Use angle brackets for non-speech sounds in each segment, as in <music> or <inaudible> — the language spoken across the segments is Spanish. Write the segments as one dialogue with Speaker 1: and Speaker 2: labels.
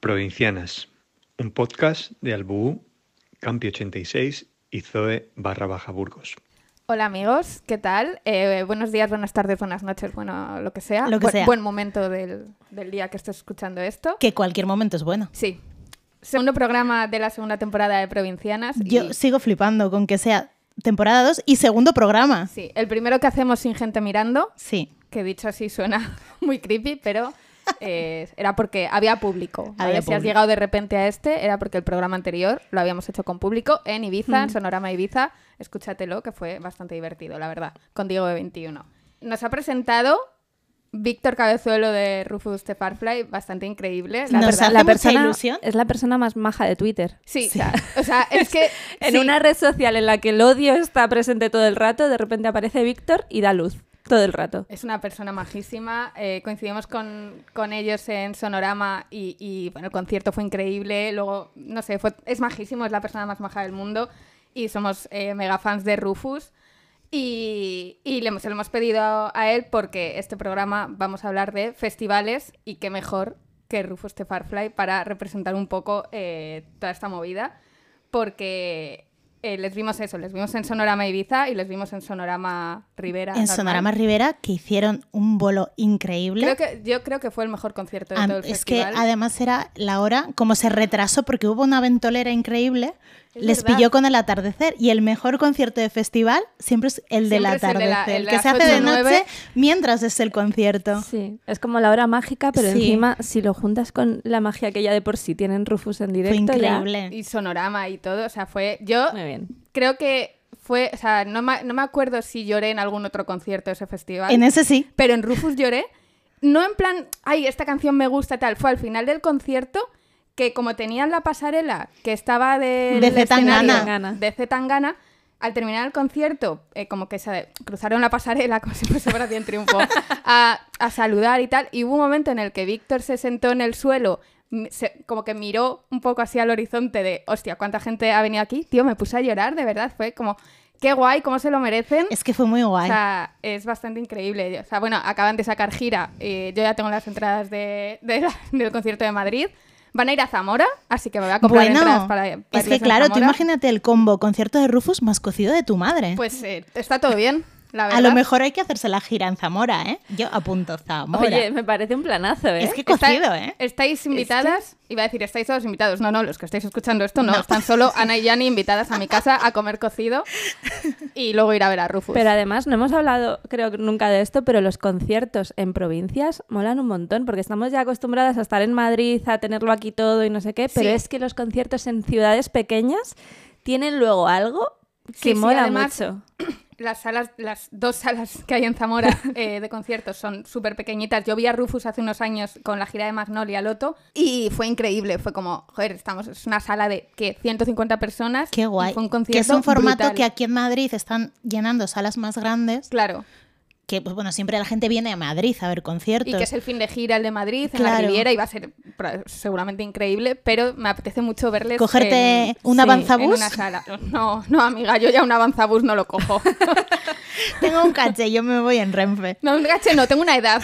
Speaker 1: Provincianas, un podcast de Albú, Campi 86 y Zoe barra baja Burgos.
Speaker 2: Hola amigos, ¿qué tal? Eh, buenos días, buenas tardes, buenas noches, bueno, lo que sea.
Speaker 3: Lo que
Speaker 2: buen,
Speaker 3: sea.
Speaker 2: buen momento del, del día que estés escuchando esto.
Speaker 3: Que cualquier momento es bueno.
Speaker 2: Sí. Segundo programa de la segunda temporada de Provincianas. y-
Speaker 3: Yo sigo flipando con que sea temporada 2 y segundo programa.
Speaker 2: Sí, el primero que hacemos sin gente mirando,
Speaker 3: Sí.
Speaker 2: que dicho así suena <laughs> muy creepy, pero eh, era porque había público. ¿vale?
Speaker 3: Había
Speaker 2: si has
Speaker 3: público.
Speaker 2: llegado de repente a este, era porque el programa anterior lo habíamos hecho con público en Ibiza, en Sonorama Ibiza. Escúchatelo, que fue bastante divertido, la verdad, con Diego de 21. Nos ha presentado Víctor Cabezuelo de Rufus the Farfly, bastante increíble. La
Speaker 3: Nos
Speaker 2: verdad.
Speaker 3: hace
Speaker 2: La-
Speaker 3: mucha ilusión.
Speaker 4: Es la persona más maja de Twitter.
Speaker 2: Sí, o sea, o sea, es que
Speaker 4: En
Speaker 2: sí.
Speaker 4: una red social en la que el odio está presente todo el rato, de repente aparece Víctor y da luz todo el rato.
Speaker 2: Es una persona majísima. eh, coincidimos con, con ellos en Sonorama y, y, bueno, el concierto fue increíble. Luego, no sé, fue, es majísimo, es la persona más maja del mundo y somos eh, mega fans de Rufus. Y, y le hemos, se lo hemos pedido a, a él porque este programa vamos a hablar de festivales y qué mejor que Rufus the Farfly para representar un poco eh, toda esta movida. Porque eh, les vimos eso, les vimos en Sonorama Ibiza y les vimos en Sonorama Rivera.
Speaker 3: En
Speaker 2: normal.
Speaker 3: Sonorama Rivera, que hicieron un bolo increíble.
Speaker 2: Creo que, yo creo que fue el mejor concierto de
Speaker 3: Am-
Speaker 2: todo el
Speaker 3: es que
Speaker 2: festival.
Speaker 3: además era la hora, como se retrasó porque hubo una ventolera increíble,
Speaker 2: Es
Speaker 3: les
Speaker 2: verdad.
Speaker 3: pilló con el atardecer. Y el mejor concierto de festival siempre es el
Speaker 2: Siempre es el
Speaker 3: del
Speaker 2: de
Speaker 3: atardecer,
Speaker 2: la- el de
Speaker 3: que
Speaker 2: las
Speaker 3: se hace de
Speaker 2: ocho, nueve.
Speaker 3: noche mientras es el concierto.
Speaker 4: Sí, es como la hora mágica, pero
Speaker 3: Sí.
Speaker 4: encima si lo juntas con la magia que ya de por sí tienen Rufus en
Speaker 3: Fue
Speaker 4: directo, ya-
Speaker 3: increíble.
Speaker 2: Y sonorama y todo. O sea, fue. Yo
Speaker 3: Eh.
Speaker 4: Muy bien.
Speaker 2: creo que fue. O sea, no, ma- no me acuerdo si lloré en algún otro concierto de ese festival.
Speaker 3: En ese sí.
Speaker 2: Pero en Rufus lloré. No en plan, ay, esta canción me gusta, tal. Fue al final del concierto que, como tenían la pasarela que estaba del
Speaker 3: De C. Tangana.
Speaker 2: escenario De C. Tangana, al terminar el concierto, eh, como que se cruzaron la pasarela, <laughs> como si fuese Brasil Triunfo, a, a saludar y tal. Y hubo un momento en el que Víctor se sentó en el suelo, m- se- como que miró un poco así al horizonte de, hostia, ¿cuánta gente ha venido aquí? Tío, me puse a llorar, de verdad. Fue como, qué guay, cómo se lo merecen.
Speaker 3: Es que fue muy
Speaker 2: O
Speaker 3: guay.
Speaker 2: sea, es bastante increíble. O sea, bueno, acaban de sacar gira. eh, yo ya tengo las entradas de, de la- del concierto de Madrid. Van a ir a Zamora, así que me voy a comprar entradas para, para irles
Speaker 3: es que
Speaker 2: en
Speaker 3: claro, tú
Speaker 2: Zamora.
Speaker 3: imagínate el combo concierto de Rufus más cocido de tu madre.
Speaker 2: Pues eh, está todo bien, la verdad.
Speaker 3: a lo mejor hay que hacerse la gira en Zamora, ¿eh? Yo apunto Zamora.
Speaker 4: Oye, me parece un planazo, ¿eh?
Speaker 3: es que
Speaker 2: Está-
Speaker 3: cocido, ¿eh?
Speaker 2: Estáis invitadas, iba a decir, estáis todos invitados. No, no, los que estáis escuchando esto no. Están
Speaker 3: <laughs>
Speaker 2: solo Ana y Yani invitadas a mi casa a comer cocido y luego ir a ver a Rufus.
Speaker 4: Pero además, no hemos hablado, creo que nunca de esto, pero los conciertos en provincias molan un montón, porque estamos ya acostumbradas a estar en Madrid, a tenerlo aquí todo y no sé qué, pero
Speaker 2: Sí.
Speaker 4: es que los conciertos en ciudades pequeñas tienen luego algo que
Speaker 2: Sí, sí,
Speaker 4: mola
Speaker 2: además-
Speaker 4: mucho.
Speaker 2: las salas, las dos salas <laughs> que hay en
Speaker 3: <laughs>
Speaker 2: Zamora eh, de conciertos son súper pequeñitas. Yo vi a Rufus hace unos años con la gira de Magnolia Loto y fue increíble. Fue como, joder, estamos, es una sala de ¿qué? 150 personas.
Speaker 3: Qué
Speaker 2: y
Speaker 3: guay.
Speaker 2: Fue un concierto
Speaker 3: que es un formato
Speaker 2: brutal.
Speaker 3: que aquí en Madrid están llenando salas más grandes.
Speaker 2: Claro.
Speaker 3: Que, pues bueno, siempre la gente viene a Madrid a ver conciertos.
Speaker 2: Y
Speaker 3: <laughs>
Speaker 2: que es el fin de gira, el de Madrid, en la
Speaker 3: Claro.
Speaker 2: Riviera, y va a ser pro- seguramente increíble, pero me apetece mucho verles.
Speaker 3: Cogerte
Speaker 2: en-
Speaker 3: un
Speaker 2: sí,
Speaker 3: avanzabús.
Speaker 2: En una sala. No, no, amiga, yo ya un avanzabús no lo
Speaker 3: <laughs>
Speaker 2: cojo.
Speaker 3: Tengo un caché, yo me voy en Renfe.
Speaker 2: No, un gache no, tengo una edad.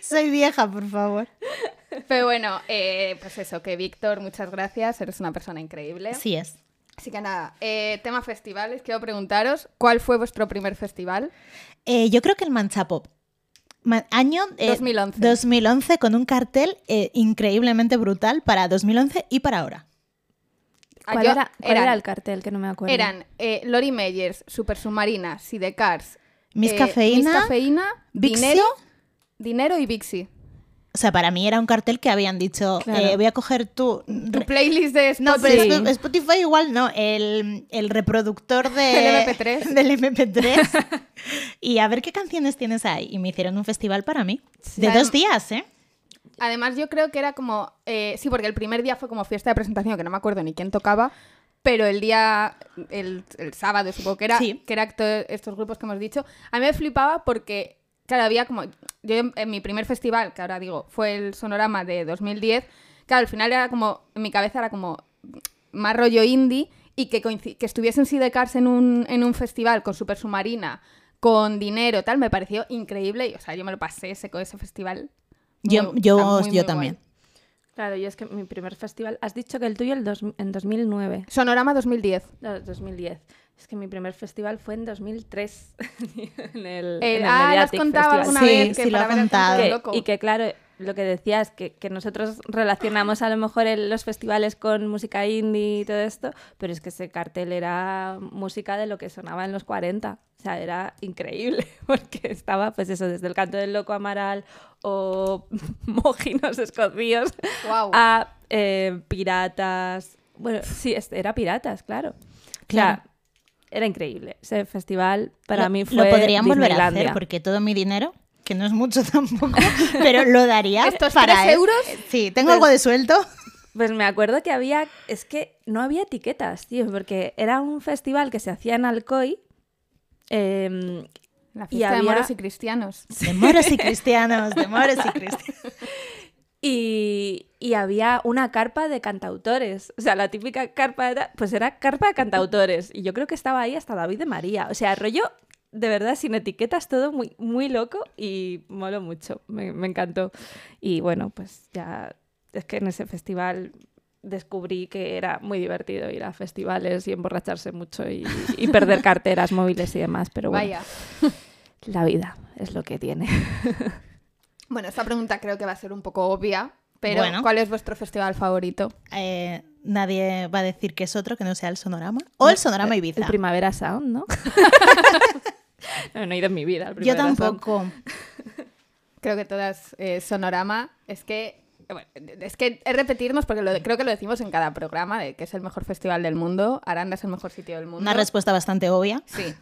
Speaker 3: Soy vieja, por favor.
Speaker 2: Pero bueno, eh, pues eso, que Víctor, muchas gracias, eres una persona increíble.
Speaker 3: Sí es.
Speaker 2: Así que nada, eh, tema festivales, quiero preguntaros, ¿cuál fue vuestro primer festival?
Speaker 3: Eh, yo creo que el Manchapop. Ma- año eh,
Speaker 2: 2011.
Speaker 3: 2011 con un cartel eh, increíblemente brutal para 2011 y para ahora.
Speaker 2: Ah,
Speaker 4: ¿Cuál,
Speaker 2: yo-
Speaker 4: era, cuál
Speaker 2: eran-
Speaker 4: era el cartel? Que no me acuerdo.
Speaker 2: Eran eh, Lori Meyers, Super Submarina, Sidecars,
Speaker 3: Miss
Speaker 2: eh,
Speaker 3: Cafeína,
Speaker 2: Miss Cafeína,
Speaker 3: Bixi.
Speaker 2: Dinero, Dinero y Bixi.
Speaker 3: O sea, para mí era un cartel que habían dicho,
Speaker 4: Claro.
Speaker 3: eh, voy a coger tu...
Speaker 2: Tu
Speaker 3: re-
Speaker 2: playlist de
Speaker 3: No,
Speaker 2: Spotify.
Speaker 3: pero
Speaker 4: Sí.
Speaker 3: Sp- Spotify igual no, el, el reproductor
Speaker 2: <laughs>
Speaker 3: de,
Speaker 2: Del MP3.
Speaker 3: <laughs> del
Speaker 2: <laughs>
Speaker 3: MP3. y a ver qué canciones tienes ahí. Y me hicieron un festival para mí. De
Speaker 2: Adem-
Speaker 3: dos días, ¿eh?
Speaker 2: Además, yo creo que era como. eh, sí, porque el primer día fue como fiesta de presentación, que no me acuerdo ni quién tocaba. Pero el día, el, el sábado, supongo que era,
Speaker 3: Sí.
Speaker 2: que era acto- estos grupos que hemos dicho, a mí me flipaba porque, claro, había como. Yo en, en mi primer festival, que ahora digo, fue el Sonorama de 2010, claro, al final era como. En mi cabeza era como más rollo indie y que, coinci- que estuviesen Sidecars en un, en un festival con Super Submarina, con dinero, tal, me pareció increíble. Y, o sea, yo me lo pasé ese, ese festival
Speaker 3: Yo,
Speaker 2: Muy-
Speaker 3: yo,
Speaker 2: está muy,
Speaker 3: yo
Speaker 2: muy
Speaker 3: también.
Speaker 2: guay.
Speaker 4: Claro, yo es que mi primer festival, has dicho que el tuyo el dos- en 2009,
Speaker 2: Sonorama 2010.
Speaker 4: no, 2010. Es que mi primer festival fue en 2003, <laughs> en el,
Speaker 2: Eh,
Speaker 4: en el
Speaker 2: ah, lo has
Speaker 4: Mediatic
Speaker 2: contado
Speaker 4: Festival.
Speaker 2: alguna
Speaker 3: Sí,
Speaker 2: vez que
Speaker 3: sí, lo
Speaker 2: para
Speaker 3: ha
Speaker 2: ver al
Speaker 3: contado.
Speaker 2: Centro
Speaker 4: Que-
Speaker 2: loco.
Speaker 4: y que claro, lo que decías, que, que nosotros relacionamos a lo mejor el- los festivales con música indie y todo esto, pero es que ese cartel era música de lo que sonaba en los 40. O sea, era increíble, <laughs> porque estaba, pues eso, desde el canto del loco Amaral o <laughs> mojinos escocíos
Speaker 2: Guau.
Speaker 4: a eh, piratas. Bueno, sí, es- era piratas, claro.
Speaker 3: Claro.
Speaker 4: O sea, era increíble. Ese festival para
Speaker 3: Lo-
Speaker 4: mí fue.
Speaker 3: Lo podrían volver a hacer
Speaker 4: Disneylandia.
Speaker 3: porque todo mi dinero, que no es mucho <laughs> tampoco, pero lo
Speaker 2: <laughs>
Speaker 3: daría
Speaker 2: ¿Estos
Speaker 3: para
Speaker 2: tres
Speaker 3: él.
Speaker 2: euros?
Speaker 3: Sí, tengo algo de suelto.
Speaker 2: <laughs>
Speaker 4: Pues me acuerdo que había, es que no había etiquetas, tío, porque era un festival que se hacía en Alcoy. em,
Speaker 2: La
Speaker 4: y
Speaker 2: fiesta de
Speaker 4: había-
Speaker 2: moros y cristianos.
Speaker 3: De moros y cristianos, de moros y cristianos.
Speaker 4: y, y había una carpa de cantautores. O sea, la típica carpa era, pues era carpa de cantautores. Y yo creo que estaba ahí hasta David de María. O sea, rollo, de verdad, sin etiquetas, todo muy, muy loco y molo mucho. Me, me encantó. Y bueno, pues ya es que en ese festival descubrí que era muy divertido ir a festivales y emborracharse mucho y, y perder carteras móviles y demás. Pero bueno,
Speaker 2: Vaya.
Speaker 4: la vida es lo que tiene.
Speaker 2: Bueno, esta pregunta creo que va a ser un poco obvia, pero
Speaker 3: Bueno.
Speaker 2: ¿cuál es vuestro festival favorito?
Speaker 3: Eh, nadie va a decir que es otro que no sea el sonorama. O el sonorama Ibiza.
Speaker 4: eh, El Primavera
Speaker 3: <laughs>
Speaker 4: Sound, ¿no? no, no he ido en mi vida al
Speaker 3: Yo
Speaker 4: Primavera Sound.
Speaker 3: tampoco.
Speaker 2: Creo que todas eh, Sonorama. Es que bueno, es que es repetirnos porque lo de- creo que lo decimos en cada programa de que es el mejor festival del mundo, Aranda es el mejor sitio del mundo.
Speaker 3: Una respuesta bastante obvia.
Speaker 2: Sí.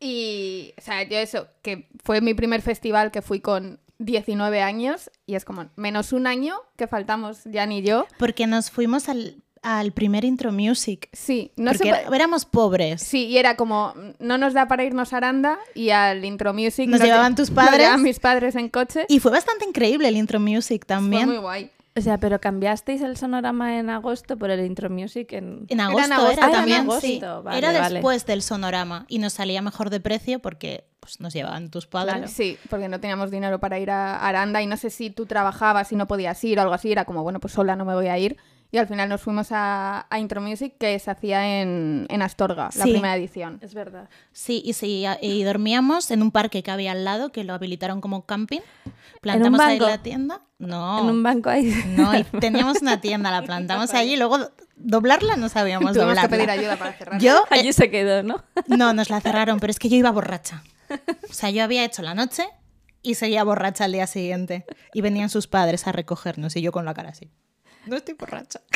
Speaker 2: Y, o sea, yo eso, que fue mi primer festival que fui con 19 años y es como menos un año que faltamos Jan y yo.
Speaker 3: Porque nos fuimos al, al primer intro music.
Speaker 2: Sí, no
Speaker 3: porque
Speaker 2: sé. pa-
Speaker 3: era- éramos pobres.
Speaker 2: Sí, y era como, no nos da para irnos a Aranda y al Intro Music.
Speaker 3: Nos llevaban tus
Speaker 2: nos
Speaker 3: padres.
Speaker 2: llevaban mis padres en coche.
Speaker 3: Y fue bastante increíble el intro music
Speaker 2: fue
Speaker 3: también.
Speaker 2: muy guay.
Speaker 4: O sea, pero cambiasteis el sonorama en agosto por el intro music en...
Speaker 3: En agosto era,
Speaker 2: agosto. Ah, era en
Speaker 3: también.
Speaker 4: agosto.
Speaker 3: sí.
Speaker 4: Vale,
Speaker 3: era
Speaker 4: vale.
Speaker 3: después del sonorama y nos salía mejor de precio porque pues, nos llevaban tus padres.
Speaker 2: Sí, porque no teníamos dinero para ir a Aranda y no sé si tú trabajabas y no podías ir o algo así. Era como, bueno, pues sola no me voy a ir. Y al final nos fuimos a, a Intro Music que se hacía en, en Astorga, la
Speaker 3: Sí.
Speaker 2: primera edición.
Speaker 4: Es verdad.
Speaker 3: Sí, y, sí, y dormíamos en un parque que había al lado que lo habilitaron como camping.
Speaker 4: ¿En un
Speaker 3: Plantamos ahí
Speaker 4: banco?
Speaker 3: la tienda. No.
Speaker 4: En un banco
Speaker 3: <laughs>
Speaker 4: ahí.
Speaker 3: No, y teníamos una tienda, la plantamos allí y luego doblarla no sabíamos
Speaker 2: Tuvimos
Speaker 3: doblarla.
Speaker 2: que pedir <laughs> ayuda para cerrar.
Speaker 3: Yo, eh,
Speaker 4: Allí se quedó, ¿no?
Speaker 3: no, nos la cerraron, pero es que yo iba borracha. O sea, yo había hecho la noche y seguía borracha al día siguiente. Y venían sus padres a recogernos y yo con la cara así. No estoy borracha. <laughs>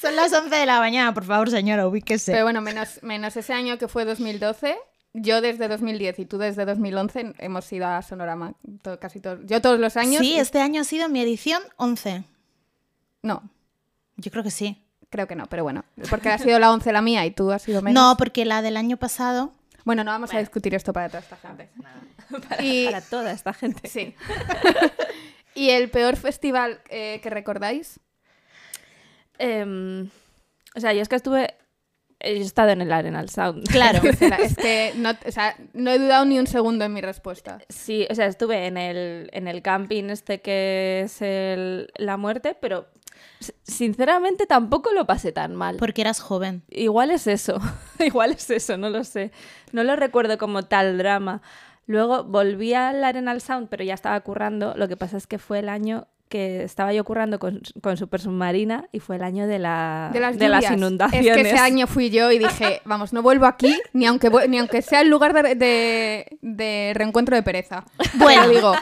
Speaker 3: Son las 11 de la mañana, por favor, señora, ubíquese.
Speaker 2: Pero bueno, menos, menos ese año que fue 2012, yo desde 2010 y tú desde 2011 hemos ido a Sonorama to- casi todos. Yo todos los años.
Speaker 3: Sí, este año ha sido mi edición 11.
Speaker 2: No,
Speaker 3: Yo creo que sí.
Speaker 2: creo que no, pero bueno. Porque ha sido la 11 la mía y tú has sido menos.
Speaker 3: No, porque la del año pasado.
Speaker 2: Bueno, no vamos a discutir esto para toda esta gente.
Speaker 3: <laughs>
Speaker 4: Para,
Speaker 2: Y-
Speaker 4: para toda esta <laughs> gente.
Speaker 2: Sí. ¿Y el peor festival eh, que recordáis?
Speaker 4: Em, o sea, yo es que estuve... He estado en el Arenal Sound.
Speaker 3: Claro.
Speaker 2: Es que, es que no, o sea, no he dudado ni un segundo en mi respuesta.
Speaker 4: <laughs> Sí, o sea, estuve en el, en el camping este que es el- la muerte, pero s- sinceramente tampoco lo pasé tan mal.
Speaker 3: Porque eras joven.
Speaker 4: Igual es eso, <laughs> igual es eso, no lo sé. No lo recuerdo como tal drama. Luego volví al Arenal Sound, pero ya estaba currando. Lo que pasa es que fue el año que estaba yo currando con, con Super Submarina y fue el año de, la,
Speaker 2: De las, lluvias.
Speaker 4: inundaciones.
Speaker 2: Es que ese año fui yo y dije, vamos, no vuelvo aquí, ni aunque, vu- ni aunque sea el lugar de, de- de reencuentro de pereza.
Speaker 3: Bueno.
Speaker 2: Te digo.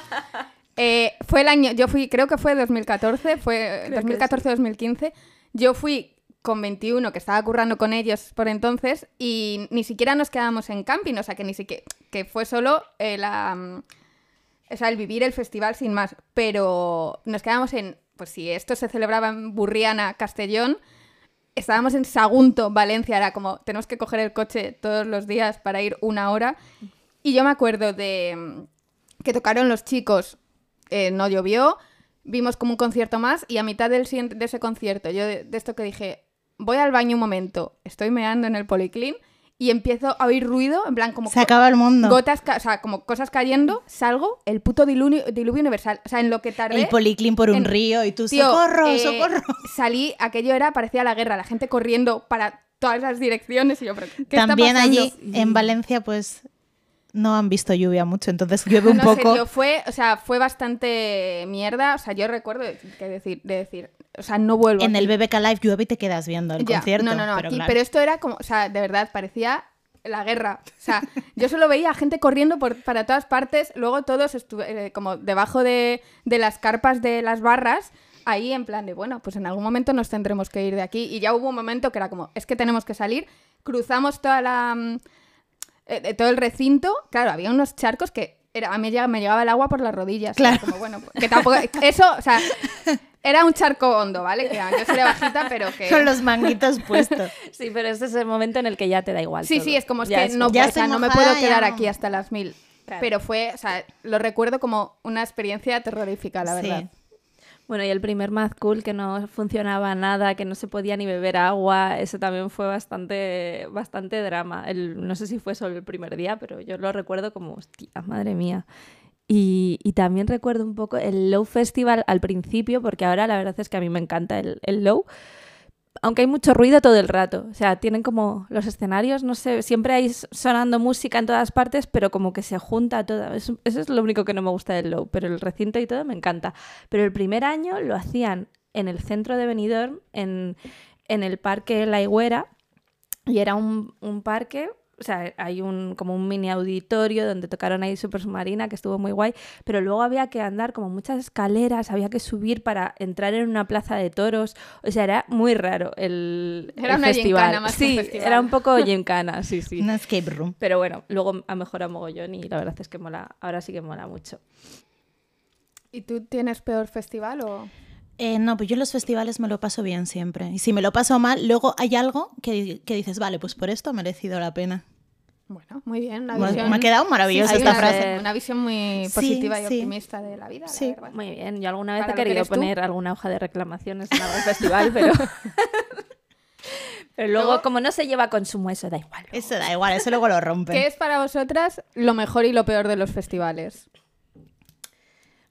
Speaker 2: eh, fue el año, yo fui, creo que fue 2014, fue
Speaker 4: Creo que
Speaker 2: 2014-2015. Yo fui con 21, que estaba currando con ellos por entonces, y ni siquiera nos quedábamos en camping, o sea, que ni siquiera, que fue solo eh, la, mm, o sea, el vivir el festival sin más, pero nos quedamos en, pues si esto se celebraba en Burriana, Castellón, estábamos en Sagunto, Valencia, era como, tenemos que coger el coche todos los días para ir una hora. Y yo me acuerdo de mm, que tocaron los chicos, eh, no llovió, vimos como un concierto más y a mitad del, siguiente- de ese concierto, yo de, de esto que dije, voy al baño un momento, estoy meando en el policlín y empiezo a oír ruido, en plan como
Speaker 3: Se acaba el mundo.
Speaker 2: gotas, ca- o sea, como cosas cayendo, salgo, el puto diluvio, diluvio universal. O sea, en lo que tardé...
Speaker 3: el policlin por un
Speaker 2: en-
Speaker 3: río y tú,
Speaker 2: Tío,
Speaker 3: socorro,
Speaker 2: eh,
Speaker 3: socorro.
Speaker 2: Salí, aquello era, parecía la guerra, la gente corriendo para todas las direcciones y yo, pero ¿qué
Speaker 3: También
Speaker 2: está pasando?
Speaker 3: allí en Valencia, pues no han visto lluvia mucho, entonces llueve
Speaker 2: <laughs>
Speaker 3: un
Speaker 2: no sé,
Speaker 3: poco.
Speaker 2: tío, fue, o sea, fue bastante mierda. O sea, yo recuerdo que decir, de decir, o sea, no vuelvo.
Speaker 3: en
Speaker 2: aquí.
Speaker 3: el BBK Live llueve y te quedas viendo el
Speaker 2: Ya,
Speaker 3: concierto.
Speaker 2: No, no, no,
Speaker 3: pero
Speaker 2: aquí,
Speaker 3: claro.
Speaker 2: pero esto era como, o sea, de verdad, parecía la guerra. O
Speaker 3: <laughs>
Speaker 2: sea, yo solo veía a gente corriendo por, para todas partes, luego todos estu- eh, como debajo de, de las carpas de las barras, ahí en plan de, bueno, pues en algún momento nos tendremos que ir de aquí. Y ya hubo un momento que era como, es que tenemos que salir, cruzamos toda la... mm, eh, de todo el recinto, claro, había unos charcos que era, a mí llega- me llegaba el agua por las rodillas. Era
Speaker 3: Claro.
Speaker 2: Como, bueno, pues, que tampoco, eso, o sea, era un charco hondo, ¿vale? Que yo seré bajita, pero que...
Speaker 3: <laughs> Con
Speaker 2: <laughs>
Speaker 3: los manguitos puestos.
Speaker 4: <laughs> Sí, pero ese es el momento en el que ya te da igual.
Speaker 2: Sí,
Speaker 4: todo.
Speaker 2: sí, es como es
Speaker 4: Ya
Speaker 2: que no,
Speaker 3: como- Ya
Speaker 2: o sea,
Speaker 3: estoy
Speaker 2: no me
Speaker 3: mojada,
Speaker 2: puedo
Speaker 3: ya
Speaker 2: quedar
Speaker 3: no.
Speaker 2: aquí hasta las mil.
Speaker 4: Claro.
Speaker 2: Pero fue, o sea, lo recuerdo como una experiencia terrorífica, la
Speaker 3: Sí.
Speaker 2: verdad.
Speaker 4: Bueno, y el primer Mad Cool que no funcionaba nada, que no se podía ni beber agua, eso también fue bastante, bastante drama. El- no sé si fue solo el primer día, pero yo lo recuerdo como, hostia, madre mía. Y, y también recuerdo un poco el Low Festival al principio, porque ahora la verdad es que a mí me encanta el, el Low. Aunque hay mucho ruido todo el rato, o sea, tienen como los escenarios, no sé, siempre hay s- sonando música en todas partes, pero como que se junta toda. Eso, eso es lo único que no me gusta del Low, pero el recinto y todo me encanta. Pero el primer año lo hacían en el centro de Benidorm, en, en el parque La Higuera, y era un, un parque, o sea, hay un, como un mini auditorio donde tocaron ahí Super Submarina, que estuvo muy guay, pero luego había que andar como muchas escaleras, había que subir para entrar en una plaza de toros, o sea, era muy raro el,
Speaker 2: Era
Speaker 4: el
Speaker 2: una
Speaker 4: festival.
Speaker 2: gincana más que un
Speaker 4: sí,
Speaker 2: festival.
Speaker 4: era un
Speaker 2: <laughs>
Speaker 4: poco gincana, sí, sí.
Speaker 3: Una escape room.
Speaker 4: Pero bueno, luego ha mejorado mogollón y la verdad es que mola, ahora sí que mola mucho.
Speaker 2: ¿Y tú tienes peor festival o...?
Speaker 3: Eh, no, pues yo en los festivales me lo paso bien siempre. Y si me lo paso mal, luego hay algo que, que dices, vale, pues por esto ha merecido la pena.
Speaker 2: Bueno, muy bien, una
Speaker 3: Me-
Speaker 2: visión...
Speaker 3: me ha quedado maravillosa
Speaker 2: hay
Speaker 4: esta
Speaker 2: una-
Speaker 4: frase.
Speaker 2: Una visión muy
Speaker 3: Sí,
Speaker 2: positiva y
Speaker 3: sí.
Speaker 2: optimista de la vida, la
Speaker 3: Sí.
Speaker 2: verdad.
Speaker 4: Muy bien, yo alguna vez
Speaker 2: Para lo
Speaker 4: he
Speaker 2: que
Speaker 4: querido
Speaker 2: eres tú.
Speaker 4: poner alguna hoja de reclamaciones en algún festival,
Speaker 2: <laughs>
Speaker 4: pero... <laughs> pero luego,
Speaker 2: Luego-
Speaker 4: como no se lleva consumo, eso da igual. luego.
Speaker 3: Eso da igual, eso luego lo rompen.
Speaker 2: ¿Qué es para vosotras lo mejor y lo peor de los festivales?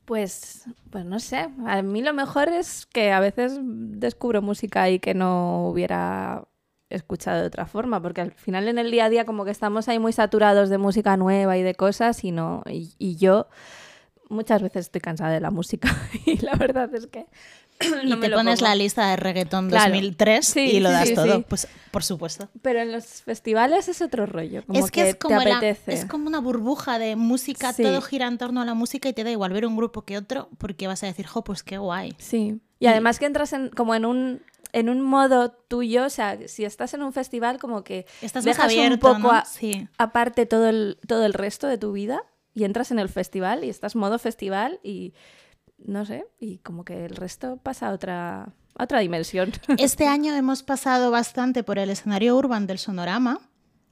Speaker 4: Pues, pues no sé, a mí lo mejor es que a veces descubro música y que no hubiera escuchado de otra forma, porque al final en el día a día como que estamos ahí muy saturados de música nueva y de cosas y, no, y, y yo muchas veces estoy cansada de la música <laughs> y la verdad es que...
Speaker 3: Y
Speaker 4: no me
Speaker 3: te
Speaker 4: lo
Speaker 3: pones
Speaker 4: pongo.
Speaker 3: la lista de reggaetón
Speaker 4: Claro.
Speaker 3: 2003
Speaker 4: Sí,
Speaker 3: y lo
Speaker 4: sí,
Speaker 3: das
Speaker 4: sí,
Speaker 3: todo.
Speaker 4: sí.
Speaker 3: Pues por supuesto.
Speaker 4: Pero en los festivales es otro rollo. Como
Speaker 3: es que, es, como
Speaker 4: te
Speaker 3: la-
Speaker 4: apetece.
Speaker 3: es como una burbuja de música,
Speaker 4: Sí.
Speaker 3: todo gira en torno a la música y te da igual ver un grupo que otro porque vas a decir, jo, pues qué guay.
Speaker 4: Sí. Y además que entras en, como en un, en un modo tuyo, o sea, si estás en un festival, como que
Speaker 3: Estás más
Speaker 4: dejas
Speaker 3: abierto,
Speaker 4: un
Speaker 3: ¿no?
Speaker 4: poco a- <laughs>
Speaker 3: Sí.
Speaker 4: aparte todo el, todo el resto de tu vida y entras en el festival y estás modo festival y no sé, y como que el resto pasa a otra, a otra dimensión.
Speaker 3: <laughs> Este año hemos pasado bastante por el escenario urban del Sonorama,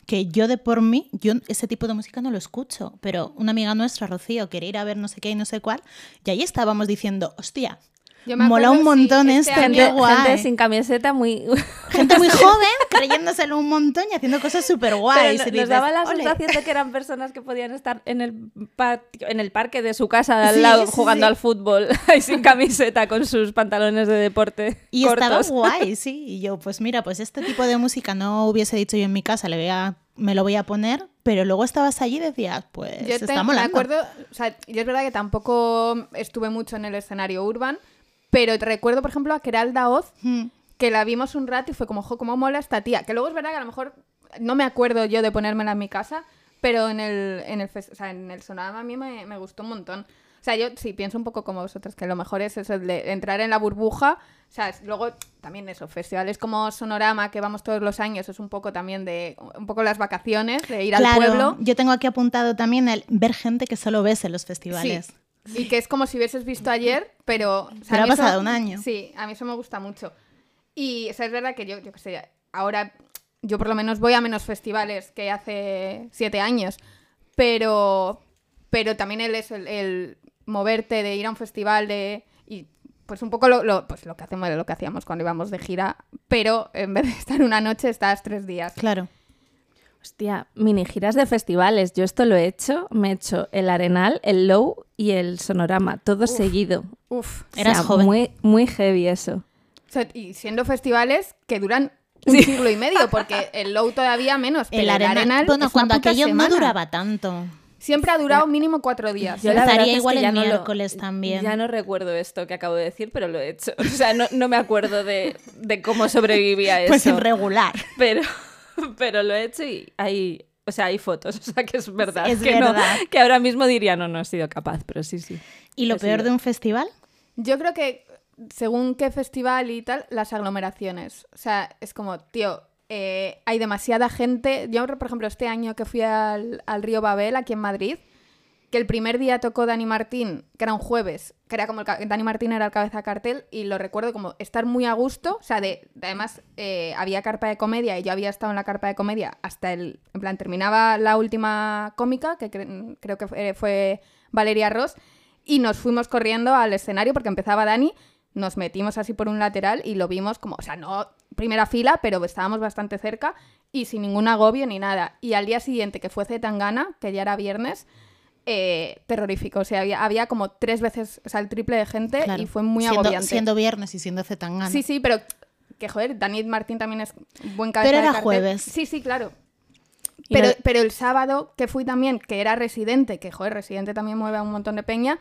Speaker 3: que yo de por mí, yo ese tipo de música no lo escucho, pero una amiga nuestra, Rocío, quería ir a ver no sé qué y no sé cuál, y ahí estábamos diciendo, hostia,
Speaker 2: Yo me
Speaker 3: mola
Speaker 2: acuerdo,
Speaker 3: un montón
Speaker 2: sí,
Speaker 3: esto,
Speaker 2: este
Speaker 3: gente,
Speaker 2: año-
Speaker 3: guay.
Speaker 4: Gente sin camiseta muy... <laughs>
Speaker 3: Gente
Speaker 2: <laughs>
Speaker 3: muy joven creyéndoselo un montón y haciendo cosas súper
Speaker 4: Pero
Speaker 3: guays.
Speaker 4: no- nos daba la sensación de que eran personas que podían estar en el patio, en el parque de su casa de al
Speaker 3: Sí,
Speaker 4: lado
Speaker 3: sí,
Speaker 4: jugando
Speaker 3: sí.
Speaker 4: al fútbol <laughs> y sin camiseta con sus pantalones de deporte
Speaker 3: Y estaba
Speaker 4: cortos.
Speaker 2: <laughs>
Speaker 3: guay, sí. Y yo, pues mira, pues este tipo de música no hubiese dicho yo en mi casa, le voy a- me lo voy a poner, pero luego estabas allí y decías, pues
Speaker 2: Yo te-
Speaker 3: está
Speaker 2: me
Speaker 3: molando.
Speaker 2: acuerdo, o sea, yo es verdad que tampoco estuve mucho en el escenario urban, pero te recuerdo, por ejemplo, a Keralda Oz,
Speaker 3: Mm.
Speaker 2: que la vimos un rato y fue como, jo, cómo mola esta tía. Que luego es verdad que a lo mejor no me acuerdo yo de ponérmela en mi casa, pero en el, en el, fes- o sea, en el Sonorama a mí me, me gustó un montón. O sea, yo sí pienso un poco como vosotros, que lo mejor es eso de entrar en la burbuja. O sea, es- luego también eso, festivales como Sonorama, que vamos todos los años, es un poco también de, un poco las vacaciones, de ir al pueblo.
Speaker 3: yo tengo aquí apuntado también el ver gente que solo ves en los festivales.
Speaker 2: Sí. Y que es como si hubieses visto ayer, pero... o sea,
Speaker 3: Pero
Speaker 2: a
Speaker 3: ha
Speaker 2: mí eso-
Speaker 3: pasado un año.
Speaker 2: Sí, a mí eso me gusta mucho. Y o sea, es verdad que yo, yo qué sé, ahora yo por lo menos voy a menos festivales que hace siete años, pero, pero también el, eso, el, el moverte, de ir a un festival, de... Y, pues un poco lo, lo- pues lo que hacemos lo que hacíamos cuando íbamos de gira, pero en vez de estar una noche estás tres días.
Speaker 3: Claro.
Speaker 4: Hostia, mini giras de festivales. Yo esto lo he hecho. Me he hecho el Arenal, el Low y el Sonorama, todo seguido.
Speaker 2: Uf.
Speaker 4: O
Speaker 3: Eras
Speaker 4: sea,
Speaker 3: joven.
Speaker 4: Muy, muy heavy eso.
Speaker 2: O sea, y siendo festivales que duran un siglo y medio, porque el Low todavía menos, pero
Speaker 3: <laughs> El arenal. bueno,
Speaker 2: es una
Speaker 3: cuando
Speaker 2: puta
Speaker 3: aquello no
Speaker 2: semana.
Speaker 3: duraba tanto.
Speaker 2: Siempre ha durado mínimo cuatro días.
Speaker 3: Yo
Speaker 4: la
Speaker 3: Estaría
Speaker 4: verdad es que
Speaker 3: igual el
Speaker 4: ya no lo-
Speaker 3: miércoles también.
Speaker 4: Ya no recuerdo esto que acabo de decir, pero lo he hecho. <laughs> O sea, no, no me acuerdo de, de cómo sobreviví a
Speaker 3: <laughs> Pues
Speaker 4: eso.
Speaker 3: en regular.
Speaker 4: pero, <laughs> pero lo he hecho y hay, o sea, hay fotos. <laughs> O sea, que es verdad.
Speaker 3: Es
Speaker 4: que, no-
Speaker 3: verdad.
Speaker 4: que ahora mismo diría, no, no he sido capaz, pero sí, sí.
Speaker 3: ¿Y lo
Speaker 4: Pues
Speaker 3: peor
Speaker 4: sí.
Speaker 3: de un festival?
Speaker 2: Yo creo que según qué festival y tal, las aglomeraciones. O sea, es como, tío, eh, hay demasiada gente. Yo, por ejemplo, este año que fui al, al río Babel, aquí en Madrid, que el primer día tocó Dani Martín, que era un jueves, que era como el ca- Dani Martín era el cabeza de cartel, y lo recuerdo como estar muy a gusto. O sea, de, de- además eh, había carpa de comedia y yo había estado en la carpa de comedia hasta el. En plan, terminaba la última cómica, que cre- creo que fue, fue Valeria Ross, y nos fuimos corriendo al escenario porque empezaba Dani. Nos metimos así por un lateral y lo vimos como, o sea, no primera fila, pero estábamos bastante cerca y sin ningún agobio ni nada. Y al día siguiente, que fue Zetangana, que ya era viernes, eh, terrorífico. O sea, había, había como tres veces, o sea, el triple de gente
Speaker 3: Claro.
Speaker 2: Eh, y fue muy
Speaker 3: siendo,
Speaker 2: agobiante.
Speaker 3: Siendo viernes y siendo Zetangana.
Speaker 2: Sí, sí, pero que joder, Dani Martín también es buen cabeza
Speaker 3: Pero era
Speaker 2: de cartel.
Speaker 3: jueves.
Speaker 2: Sí, sí, claro.
Speaker 4: Y
Speaker 2: Pero,
Speaker 4: lo-
Speaker 2: pero el sábado que fui también, que era residente, que joder, residente también mueve a un montón de peña,